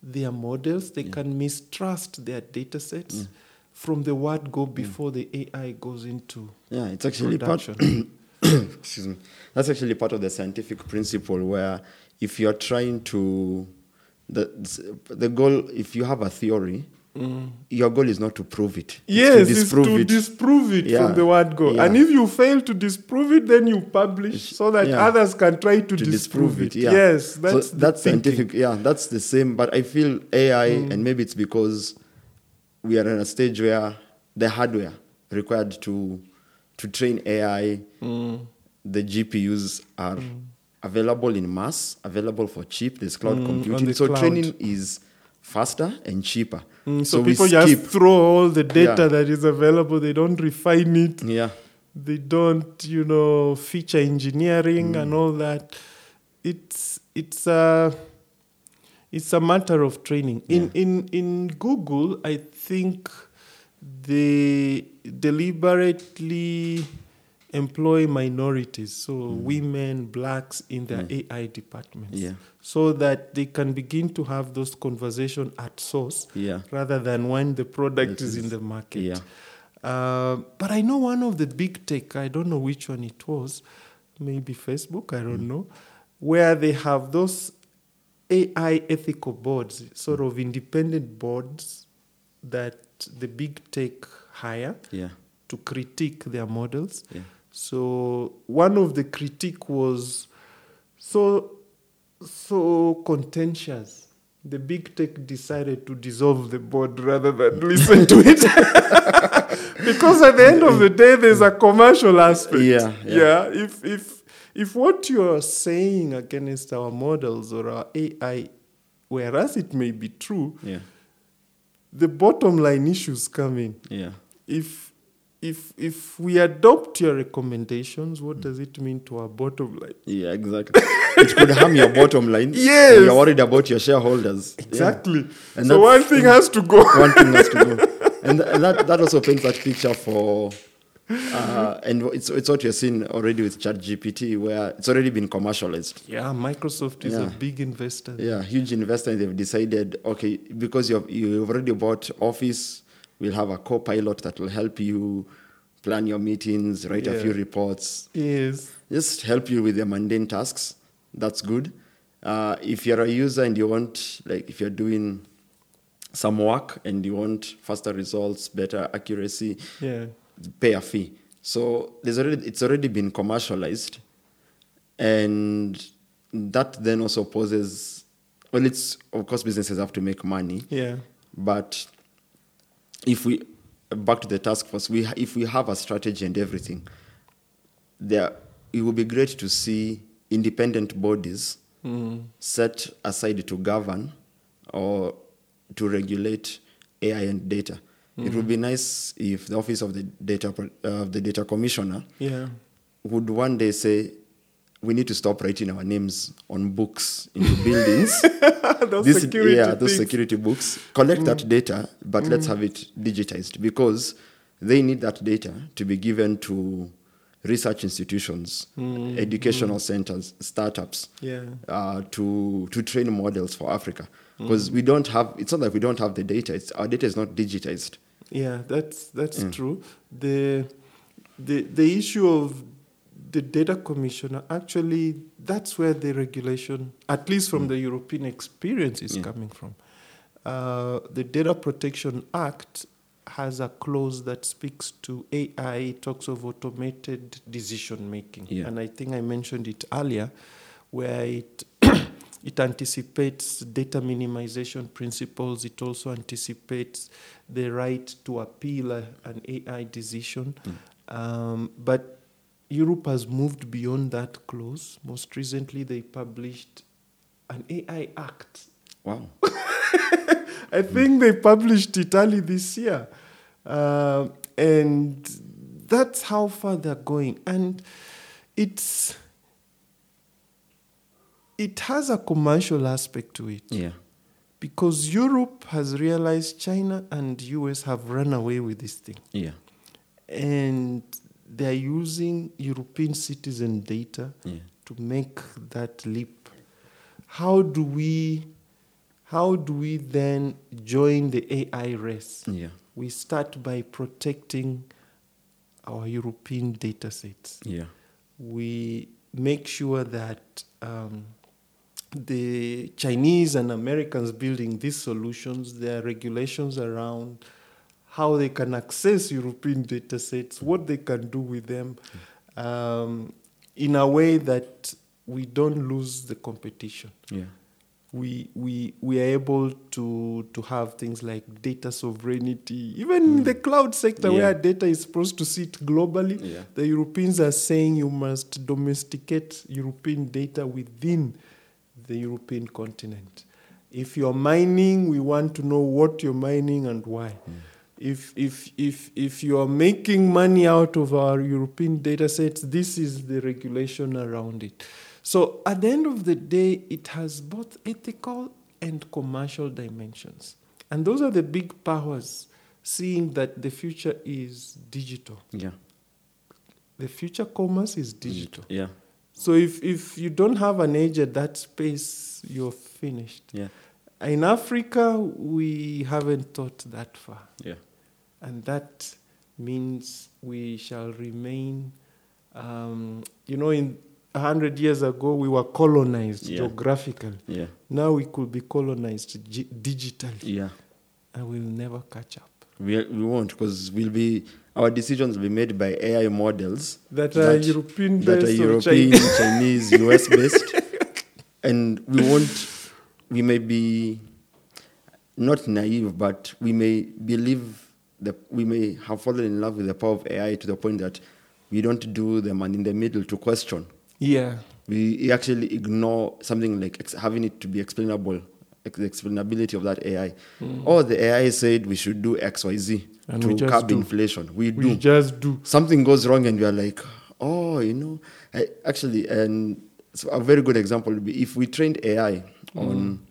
B: their models, they
A: Yeah. Mm.
B: can mistrust their data sets
A: Yeah.
B: from the word go
A: Mm.
B: before the AI goes into
A: yeah. It's actually part
B: production.
A: [coughs] excuse me, that's actually part of the scientific principle where if you're trying to the the goal if you have a theory your goal is not to prove it it's
B: Mm. yes,
A: to
B: it's
A: disprove
B: to
A: it
B: disprove it
A: Yeah.
B: from the word go.
A: Yeah.
B: And if you fail to disprove it, then you publish so that
A: yeah.
B: others can try to,
A: to
B: disprove, it.
A: yeah.
B: Yes,
A: So
B: that's, the
A: that's
B: thinking. Mm.
A: scientific yeah that's the same but i feel ai and maybe it's because we are in a stage where the hardware required to to train ai
B: Mm.
A: the gpus are available in mass available for cheap there's cloud computing
B: Mm, the
A: so
B: cloud.
A: training is faster and cheaper
B: Mm, so,
A: so, we
B: people
A: skip
B: just throw all the data
A: Yeah.
B: that is available, they don't refine it.
A: yeah
B: they don't you know feature engineering
A: Mm.
B: and all that it's it's a it's a matter of training in in in google i think they deliberately employ minorities so women blacks in their ai departments
A: Mm. Yeah.
B: so that they can begin to have those conversation at source
A: yeah
B: rather than when the product
A: It
B: is, in
A: is-
B: the market.
A: yeah.
B: Uh, but I know one of the big tech, I don't know which one it was, maybe Facebook, I don't
A: Mm.
B: know, where they have those AI ethical boards, sort
A: Mm.
B: of independent boards that the big tech hire
A: yeah
B: to critique their models.
A: yeah
B: So one of the critique was so so contentious. The big tech decided to dissolve the board rather than listen to it. [laughs] because at the end of the day there's a commercial aspect.
A: Yeah, yeah.
B: yeah if if if what you're saying against our models or our AI, whereas it may be true,
A: yeah
B: the bottom line issues come in
A: yeah
B: if if if we adopt your recommendations, what does it mean to our bottom line?
A: Yeah, exactly. it could harm your bottom
B: [laughs]
A: line.
B: Yes.
A: You're worried about your shareholders. Yeah.
B: Exactly.
A: And
B: so
A: that's-
B: one thing has to go.
A: One thing has to go. And, th- and that, that also paints that picture for uh, and it's it's what you're seeing already with ChatGPT, where it's already been commercialized.
B: Yeah, Microsoft is a
A: Yeah.
B: big investor.
A: Yeah, huge investors they've decided, okay, because you've you've already bought Office, we'll have a co-pilot that will help you plan your meetings, write a
B: Yeah.
A: few reports,
B: Yes.
A: just help you with your mundane tasks. That's good. Uh, if you're a user and you want, like, if you're doing some work and you want faster results, better accuracy,
B: Yeah.
A: pay a fee. So there's already it's already been commercialized, and that then also poses. Well, it's of course businesses have to make money,
B: Yeah.
A: but if we back to the task force, we if we have a strategy and everything, there it would be great to see independent bodies set aside to govern or to regulate AI and data. It would be nice if the office of the data pro- uh, of the data commissioner
B: Yeah. [laughs]
A: would one day say. We need to stop writing our names on books into buildings
B: those
A: this,
B: security
A: yeah, those
B: things. Mm.
A: security books. Collect that data, but let's have it digitized because they need that data to be given to research institutions, educational centers, startups,
B: Mm. Yeah. Mm.
A: uh, to to train models for Africa. Because we don't have, it's not like we don't have the data. It's our data is not digitized.
B: Yeah, that's that's
A: Mm.
B: true. The the the issue of the data commissioner actually that's where the regulation, at least from the European experience, is
A: Mm. Yeah.
B: coming from. Uh, the Data Protection Act has a clause that speaks to AI. It talks of automated decision making,
A: Yeah.
B: and I think I mentioned it earlier, where it it anticipates data minimization principles. It also anticipates the right to appeal a- an AI decision. Um, but Europe has moved beyond that clause. Most recently, they published an AI Act.
A: Wow.
B: I think they published it early this year. Um, and that's how far they're going. And it's it has a commercial aspect to it
A: Yeah.
B: because Europe has realized China and US have run away with this thing
A: Yeah.
B: and they're using European citizen data
A: Yeah.
B: to make that leap. How do we how do we then join the AI race?
A: Yeah.
B: We start by protecting our European data sets
A: Yeah.
B: we make sure that um, the Chinese and Americans building these solutions, there are regulations around how they can access European data sets, what they can do with them, um, in a way that we don't lose the competition
A: Yeah.
B: we we we are able to to have things like data sovereignty even in the cloud sector
A: Hmm. Yeah.
B: where data is supposed to sit globally
A: Yeah.
B: the europeans are saying you must domesticate european data within the european continent if you're mining we want to know what you're mining and why if if if if you are making money out of our European data sets, this is the regulation around it. So at the end of the day, it has both ethical and commercial dimensions. And those are the big powers seeing that the future is digital.
A: Yeah.
B: The future commerce is digital.
A: Yeah.
B: So if, if you don't have an edge at that space, you're finished.
A: Yeah.
B: In Africa, we haven't thought that far.
A: Yeah.
B: And that means we shall remain, um, you know, in 100 years ago, we were colonized
A: Yeah.
B: geographically.
A: Yeah.
B: Now we could be colonized gi- digitally,
A: Yeah.
B: and we'll never catch up.
A: We, we won't because we'll be our decisions will be made by AI models
B: That are
A: That-
B: European
A: that
B: based
A: are
B: or
A: European,
B: Chinese.
A: Chinese, US
B: [laughs]
A: based, and we won't. We may be not naive, but we may believe that we may have fallen in love with the power of AI to the point that we don't do the man in the middle to question.
B: Yeah,
A: We actually ignore something like ex- having it to be explainable, ex- the explainability of that AI. Or the AI said we should do X, Y, Z
B: Hmm. And we
A: to
B: just
A: curb
B: do.
A: inflation. We
B: we
A: do
B: just do.
A: something goes wrong and we are like, oh, you know, I, actually, and so a very good example would be if we trained AI
B: Hmm.
A: on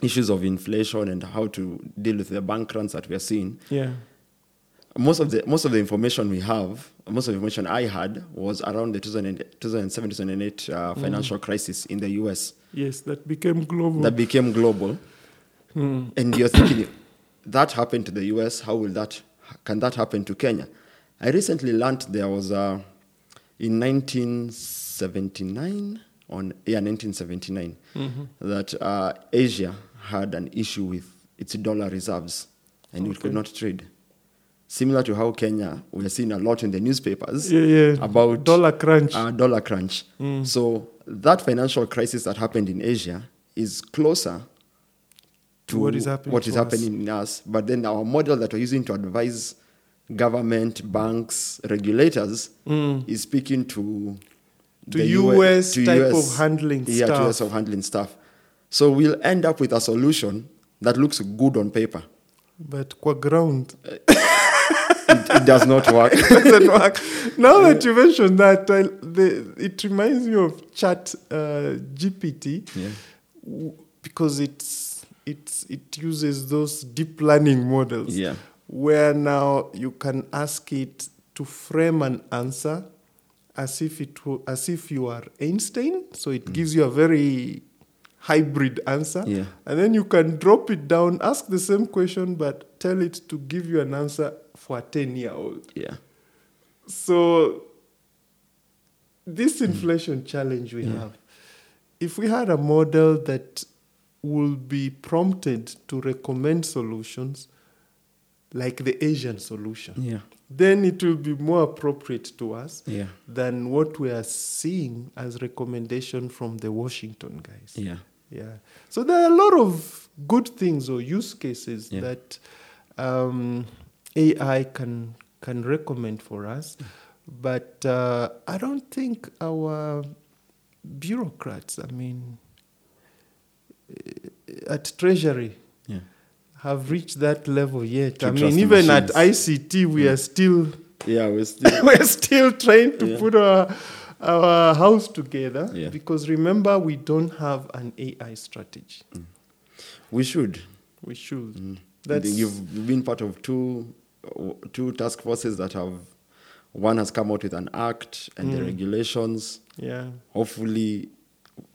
A: issues of inflation and how to deal with the bank runs that we are seeing,
B: Yeah.
A: most of the most of the information we have, most of the information I had was around the 2008 2007 2008 uh, financial crisis in the US
B: Yes, that became global.
A: that became global. And you're thinking that happened to the US. How will that? Can that happen to Kenya? I recently learnt there was a in 1979 on yeah 1979
B: Mm-hmm.
A: that uh, Asia had an issue with its dollar reserves and it could
B: Okay.
A: not trade. Similar to how Kenya, we are seeing a lot in the newspapers
B: yeah, yeah.
A: about
B: dollar crunch. Mm.
A: uh, dollar crunch. So that financial crisis that happened in Asia is closer to
B: What is happening
A: what is
B: to us.
A: happening in us. But then our model that we're using to advise government, banks, regulators is speaking to
B: Mm. To
A: the U-
B: US type of handling
A: yeah,
B: stuff.
A: to US of handling stuff. So we'll end up with a solution that looks good on paper.
B: but qua ground [laughs]
A: It, it does not work.
B: doesn't
A: [laughs]
B: work. Now that you mentioned that, I, the, it reminds me of Chat uh, GPT.
A: yeah.
B: w- because it's it's it uses those deep learning models
A: Yeah.
B: where now you can ask it to frame an answer as if it wa- as if you are Einstein so it gives you a very hybrid answer
A: Mm. Yeah.
B: and then you can drop it down ask the same question but tell it to give you an answer for a 10 year old
A: Yeah.
B: so this inflation challenge we have, if we had a model that will be prompted to recommend solutions like the Asian solution,
A: Yeah.
B: then it will be more appropriate to us
A: Yeah.
B: than what we are seeing as recommendation from the Washington guys.
A: Yeah.
B: Yeah. So there are a lot of good things or use cases
A: Yeah.
B: that um, AI can can recommend for us, but uh, I don't think our bureaucrats, I mean, eh, at Treasury,
A: Yeah.
B: have reached that level yet.
A: To
B: I mean,
A: trust the
B: even at
A: machines.
B: ICT, we are still [laughs]
A: Yeah. We're still,
B: we're still trying to
A: Yeah.
B: put our our house together
A: Yeah.
B: because remember we don't have an AI strategy.
A: we should.
B: We
A: Mm.
B: should.
A: I think
B: That's
A: you've been part of two two task forces that have one has come out with an act and
B: Mm.
A: the regulations.
B: yeah.
A: Hopefully,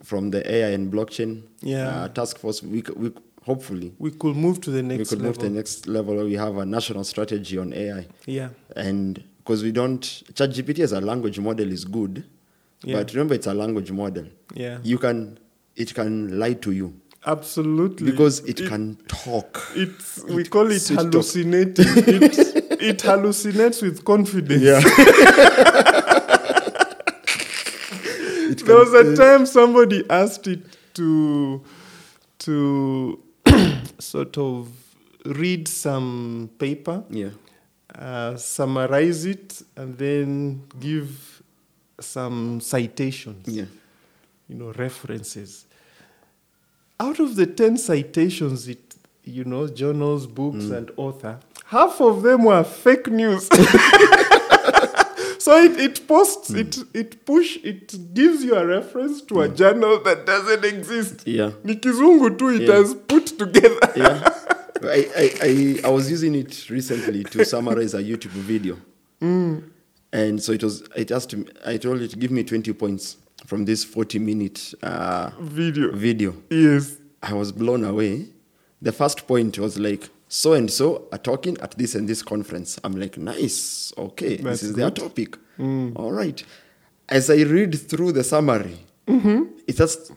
A: from the AI and blockchain
B: Yeah.
A: uh, task force, we, c- we c- hopefully
B: We could move to the next
A: we could move
B: level.
A: to the next level. where We have a national strategy on AI,
B: Yeah.
A: and because we don't ChatGPT as a language model is good,
B: Yeah.
A: but remember it's a language model.
B: Yeah.
A: You can it can lie to you
B: Absolutely.
A: because it, can talk.
B: it's we call it
A: switch off. [laughs]
B: hallucinating. it, it hallucinates with confidence. [laughs]
A: Yeah.
B: there was a time somebody asked it to to [clears throat] sort of read some paper
A: yeah.
B: uh, summarize it and then give some citations,
A: Yeah.
B: you know, references. Out of the 10 citations, it, you know, journals, books,
A: Mm.
B: and author, half of them were fake news. [laughs] so it, it posts, it,
A: Mm.
B: it push, it gives you a reference to a journal that doesn't exist.
A: Yeah.
B: Ni kizungu tu it
A: Yeah.
B: has put together.
A: yeah. [laughs] I, I, I, I was using it recently to summarize a YouTube video. And so it was, it asked me, I told it, give me 20 points from this 40 minute uh,
B: [laughs] Video.
A: video.
B: Yes.
A: I was blown away. The first point was like, so and so are talking at this and this conference. I'm like, nice, okay,
B: That's
A: this is their topic. All right. As I read through the summary, it's just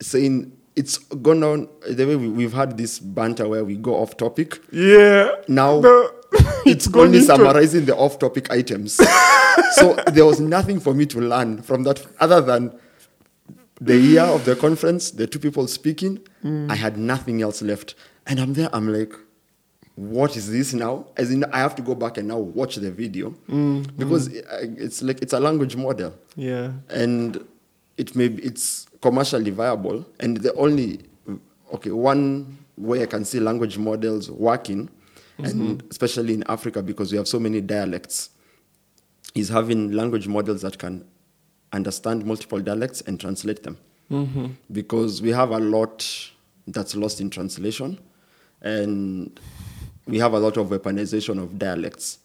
A: saying it's gone on the way we, we've had this banter where we go off topic.
B: Yeah.
A: Now
B: No. [laughs]
A: it's
B: gone
A: only
B: into-
A: summarizing the off topic items. [laughs] so there was nothing for me to learn from that other than the year of the conference, the two people speaking. I had nothing else left. And I'm there, I'm like, what is this now? As in, I have to go back and now watch the video
B: Mm,
A: because I- it's like it's a language model
B: Yeah.
A: and it may be, it's commercially viable and the only okay one way i can see language models working and especially in africa because we have so many dialects is having language models that can understand multiple dialects and translate them because we have a lot that's lost in translation and we have a lot of weaponization of dialects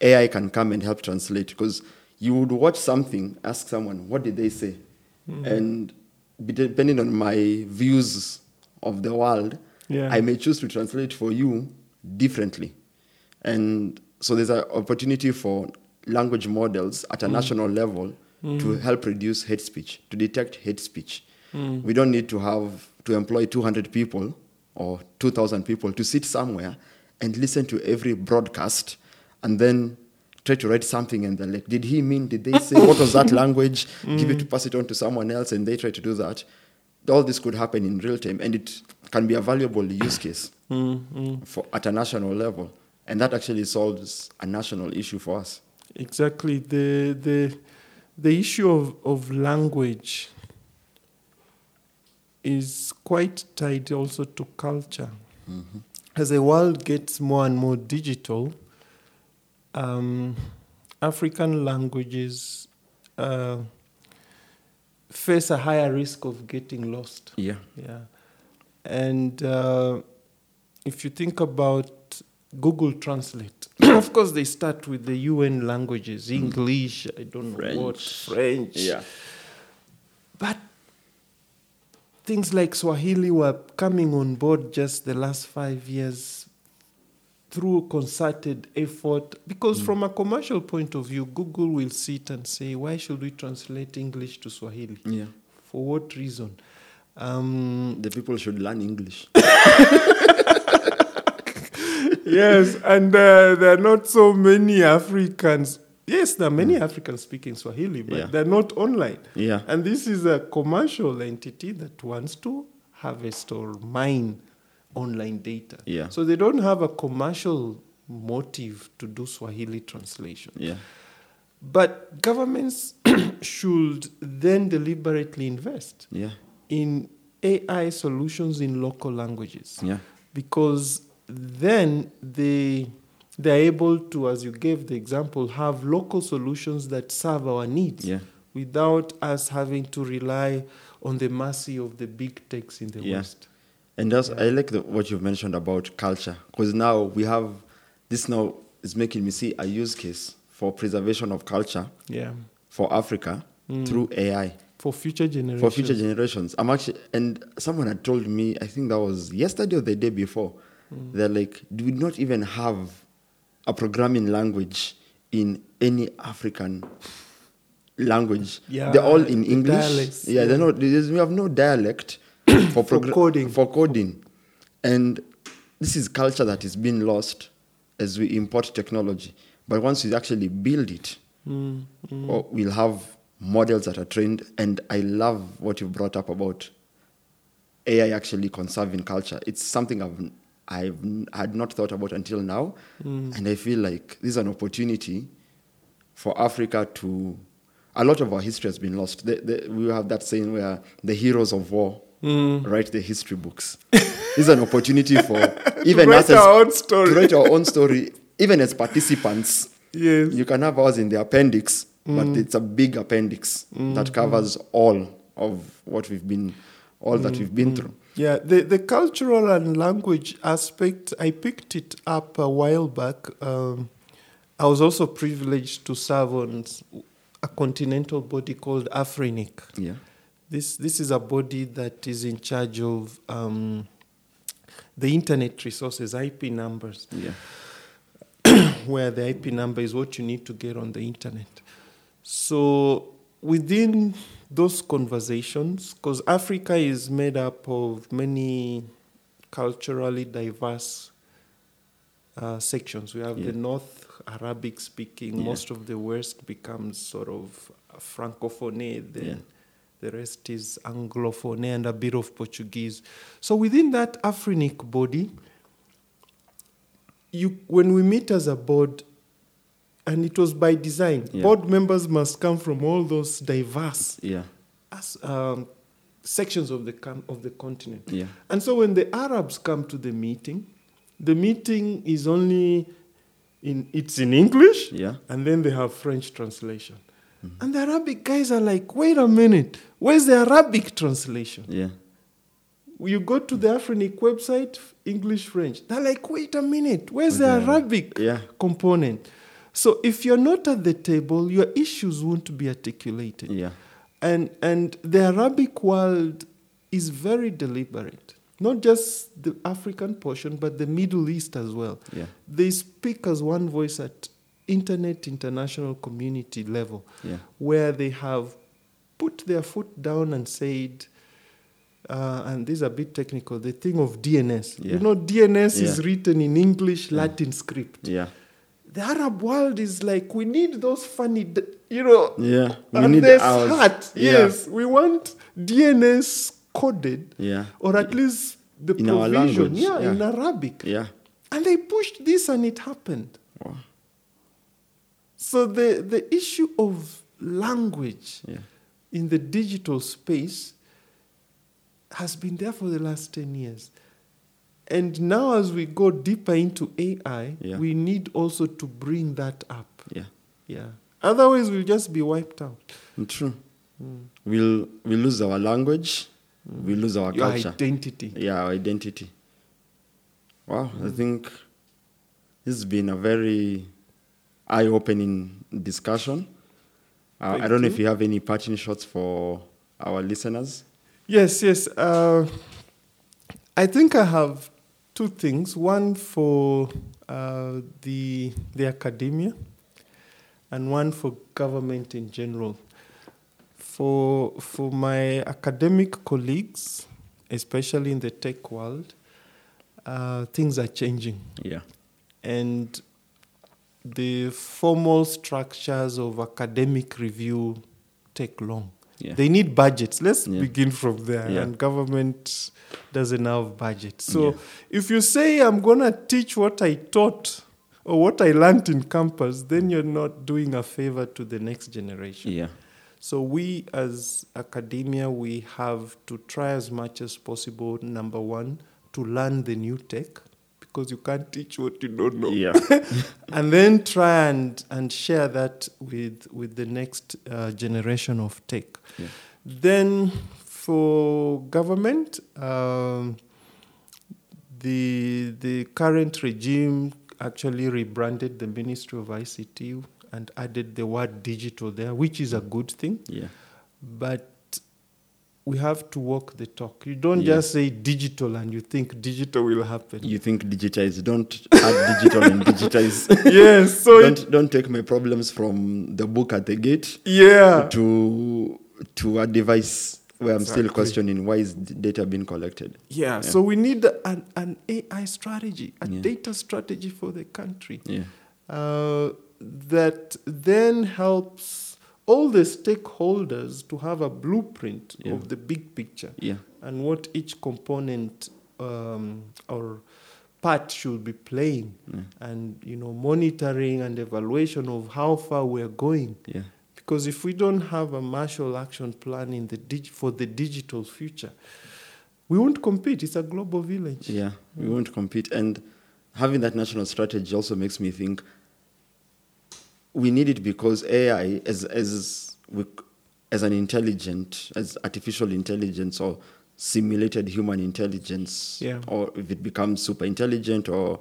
A: AI can come and help translate because you would watch something, ask someone, what did they say? And be- depending on my views of the world,
B: Yeah.
A: I may choose to translate for you differently. And so there's an opportunity for language models at a national level to help reduce hate speech, to detect hate speech. We don't need to have to employ 200 people or 2,000 people to sit somewhere and listen to every broadcast and then try to write something and then like, did he mean, did they say, what was that language? Give it to pass it on to someone else and they try to do that. All this could happen in real time and it can be a valuable use case
B: Mm,
A: for, at a national level. And that actually solves a national issue for us.
B: Exactly. The the the issue of, of language is quite tied also to culture. As the world gets more and more digital, um, African languages uh, face a higher risk of getting lost.
A: Yeah.
B: Yeah. And uh, if you think about Google Translate, [clears throat] of course, they start with the UN languages English, I don't know what,
A: French.
B: French.
A: Yeah.
B: But things like Swahili were coming on board just the last five years through concerted effort. Because, from a commercial point of view, Google will sit and say, why should we translate English to Swahili?
A: Yeah.
B: For what reason? Um,
A: The people should learn English.
B: yes, and uh, there are not so many Africans. Yes, there are many Africans speaking Swahili, but
A: Hmm. Yeah.
B: they're not online.
A: Yeah.
B: And this is a commercial entity that wants to harvest or mine online data.
A: Yeah.
B: So they don't have a commercial motive to do Swahili translation.
A: Yeah.
B: But governments [clears throat] should then deliberately invest
A: Yeah.
B: in AI solutions in local languages
A: Yeah.
B: because then they they're able to, as you gave the example, have local solutions that serve our needs
A: Yeah.
B: without us having to rely on the mercy of the big techs in the
A: Yeah.
B: West.
A: And that's, I like the, what you've mentioned about culture because now we have this now is making me see a use case for preservation of culture
B: Yeah.
A: for Africa through AI.
B: For future generations.
A: for future generations. I'm actually, and someone had told me, I think that was yesterday or the day before,
B: Mm.
A: they're like, do we not even have a programming language in any African language?
B: Yeah,
A: they're all in
B: the
A: English.
B: dialects,
A: yeah, they're not. there's- We have no dialect for, progra-
B: coding.
A: For coding, and this is culture that is being lost as we import technology. But once we actually build it, or we'll have models that are trained. And I love what you brought up about AI actually conserving culture. It's something I've I've n- had not thought about until now,
B: Mm.
A: and I feel like this is an opportunity for Africa to. A lot of our history has been lost. The, the, we have that saying where the heroes of war
B: Mm.
A: write the history books. [laughs] this is an opportunity for
B: [laughs]
A: even
B: write
A: us as,
B: our own story.
A: to write our own story, even as
B: [laughs]
A: participants.
B: Yes.
A: You can have ours in the appendix, but it's a big appendix that covers all of what we've been, all that we've been through.
B: Yeah, the, the cultural and language aspect, I picked it up a while back. Um, I was also privileged to serve on s- a continental body called Afrinic.
A: Mm. Yeah.
B: This this is a body that is in charge of um, the internet resources, IP numbers,
A: Yeah.
B: where the IP number is what you need to get on the internet. So within those conversations, because Africa is made up of many culturally diverse uh, sections. We have
A: Yeah.
B: the North Arabic speaking.
A: Yeah.
B: Most of the West becomes sort of francophone. Then
A: Yeah.
B: the rest is anglophone and a bit of Portuguese. So within that Afrinic body, you when we meet as a board, and it was by design.
A: Yeah.
B: Board members must come from all those diverse
A: Yeah.
B: as, um, sections of the con- of the continent.
A: Yeah.
B: And so when the Arabs come to the meeting, the meeting is only in it's in English,
A: Yeah. Mm-hmm.
B: and then they have French translation. And the Arabic guys are like, wait a minute, where's the Arabic translation?
A: Yeah.
B: You go to the Afrinic website, English, French. They're like, wait a minute, where's the
A: Where's the-
B: Arabic
A: Yeah.
B: component? So if you're not at the table, your issues won't be articulated.
A: Yeah.
B: And and the Arabic world is very deliberate. Not just the African portion, but the Middle East as well.
A: Yeah.
B: They speak as one voice at internet international community level,
A: Yeah.
B: where they have put their foot down and said, uh, and this is a bit technical, the thing of DNS.
A: Yeah.
B: You know, DNS is
A: Yeah.
B: written in English, Latin script
A: Yeah.
B: the Arab world is like we need those funny, d- you know.
A: Yeah. We
B: and
A: need
B: there's
A: ours.
B: heart.
A: Yeah.
B: Yes, we want DNS coded,
A: Yeah.
B: or at least the
A: In our
B: provision,
A: language,
B: yeah,
A: yeah.
B: in Arabic.
A: Yeah.
B: And they pushed this, and it happened.
A: Wow.
B: So the the issue of language
A: Yeah.
B: in the digital space has been there for the last 10 years. And now, as we go deeper into AI,
A: Yeah.
B: we need also to bring that up.
A: Yeah.
B: Yeah. Otherwise, we'll just be wiped out.
A: True. Mm. We'll we lose our language. We lose our
B: Your
A: culture.
B: identity.
A: yeah, our identity. Wow, I think this has been a very eye opening discussion. Uh, I
B: Thank
A: don't know
B: you.
A: if you have any parting shots for our listeners.
B: Yes, yes. Uh, I think I have two things. One for uh, the the academia, and one for government in general. For for my academic colleagues, especially in the tech world, uh, things are changing.
A: Yeah.
B: and the formal structures of academic review take long.
A: Yeah.
B: They need budgets. Let's
A: Yeah.
B: begin from there.
A: Yeah.
B: And government doesn't have budget. So
A: Yeah.
B: if you say I'm gonna teach what I taught or what I learned in campus, then you're not doing a favor to the next generation.
A: yeah.
B: So we as academia we have to try as much as possible, number one, to learn the new tech because you can't teach what you don't know [laughs]
A: Yeah.
B: and then try and, and share that with with the next uh, generation of tech.
A: Yeah.
B: Then for government, um, the the current regime actually rebranded the Ministry of ICT and added the word digital there, which is a good thing.
A: Yeah.
B: But we have to walk the talk. You don't
A: Yeah.
B: just say digital and you think digital will happen.
A: You think digitize. Don't add digital and
B: [laughs]
A: digitize.
B: yes, so it,
A: don't, don't take my problems from the book at the gate
B: yeah.
A: to to a device where I'm still
B: Exactly.
A: questioning why is d- data being collected.
B: Yeah,
A: Yeah.
B: so we need an, an AI strategy, a
A: Yeah.
B: data strategy for the country
A: Yeah.
B: uh, that then helps all the stakeholders to have a blueprint
A: Yeah.
B: of the big picture
A: Yeah.
B: and what each component um, or part should be playing
A: Yeah.
B: and you know monitoring and evaluation of how far we're going
A: Yeah.
B: because if we don't have a Marshall Action Plan in the dig- for the digital future, we won't compete. It's a global village.
A: Yeah, we won't compete. And having that national strategy also makes me think we need it because AI, as as we, as an intelligent, as artificial intelligence or simulated human intelligence,
B: Yeah.
A: or if it becomes super intelligent or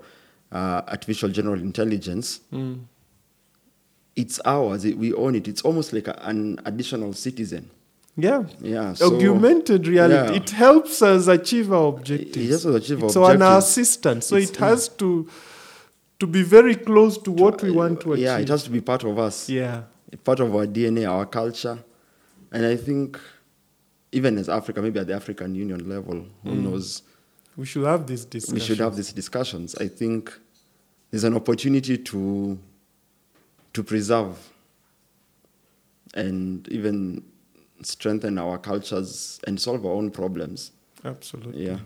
A: uh, artificial general intelligence,
B: Mm.
A: it's ours. It, we own it. It's almost like a, an additional citizen.
B: Yeah.
A: Yeah, so-
B: Augmented reality.
A: Yeah.
B: It helps us achieve our objectives.
A: helps us achieve our
B: so an
A: objectives.
B: assistant. So
A: It's-
B: it has to to be very close to what we want to achieve.
A: Yeah, it has to be part of us.
B: yeah.
A: part of our DNA, our culture. And I think even as Africa, maybe at the African Union level, who knows,
B: We should have this discussion.
A: we should have these discussions. I think there's an opportunity to to preserve and even strengthen our cultures and solve our own problems.
B: absolutely.
A: Yeah.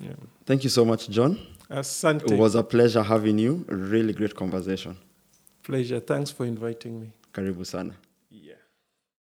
B: Yeah.
A: Thank you so much, John.
B: Asante.
A: It was a pleasure having you. Really great conversation.
B: pleasure. Thanks for inviting me.
A: Karibu sana.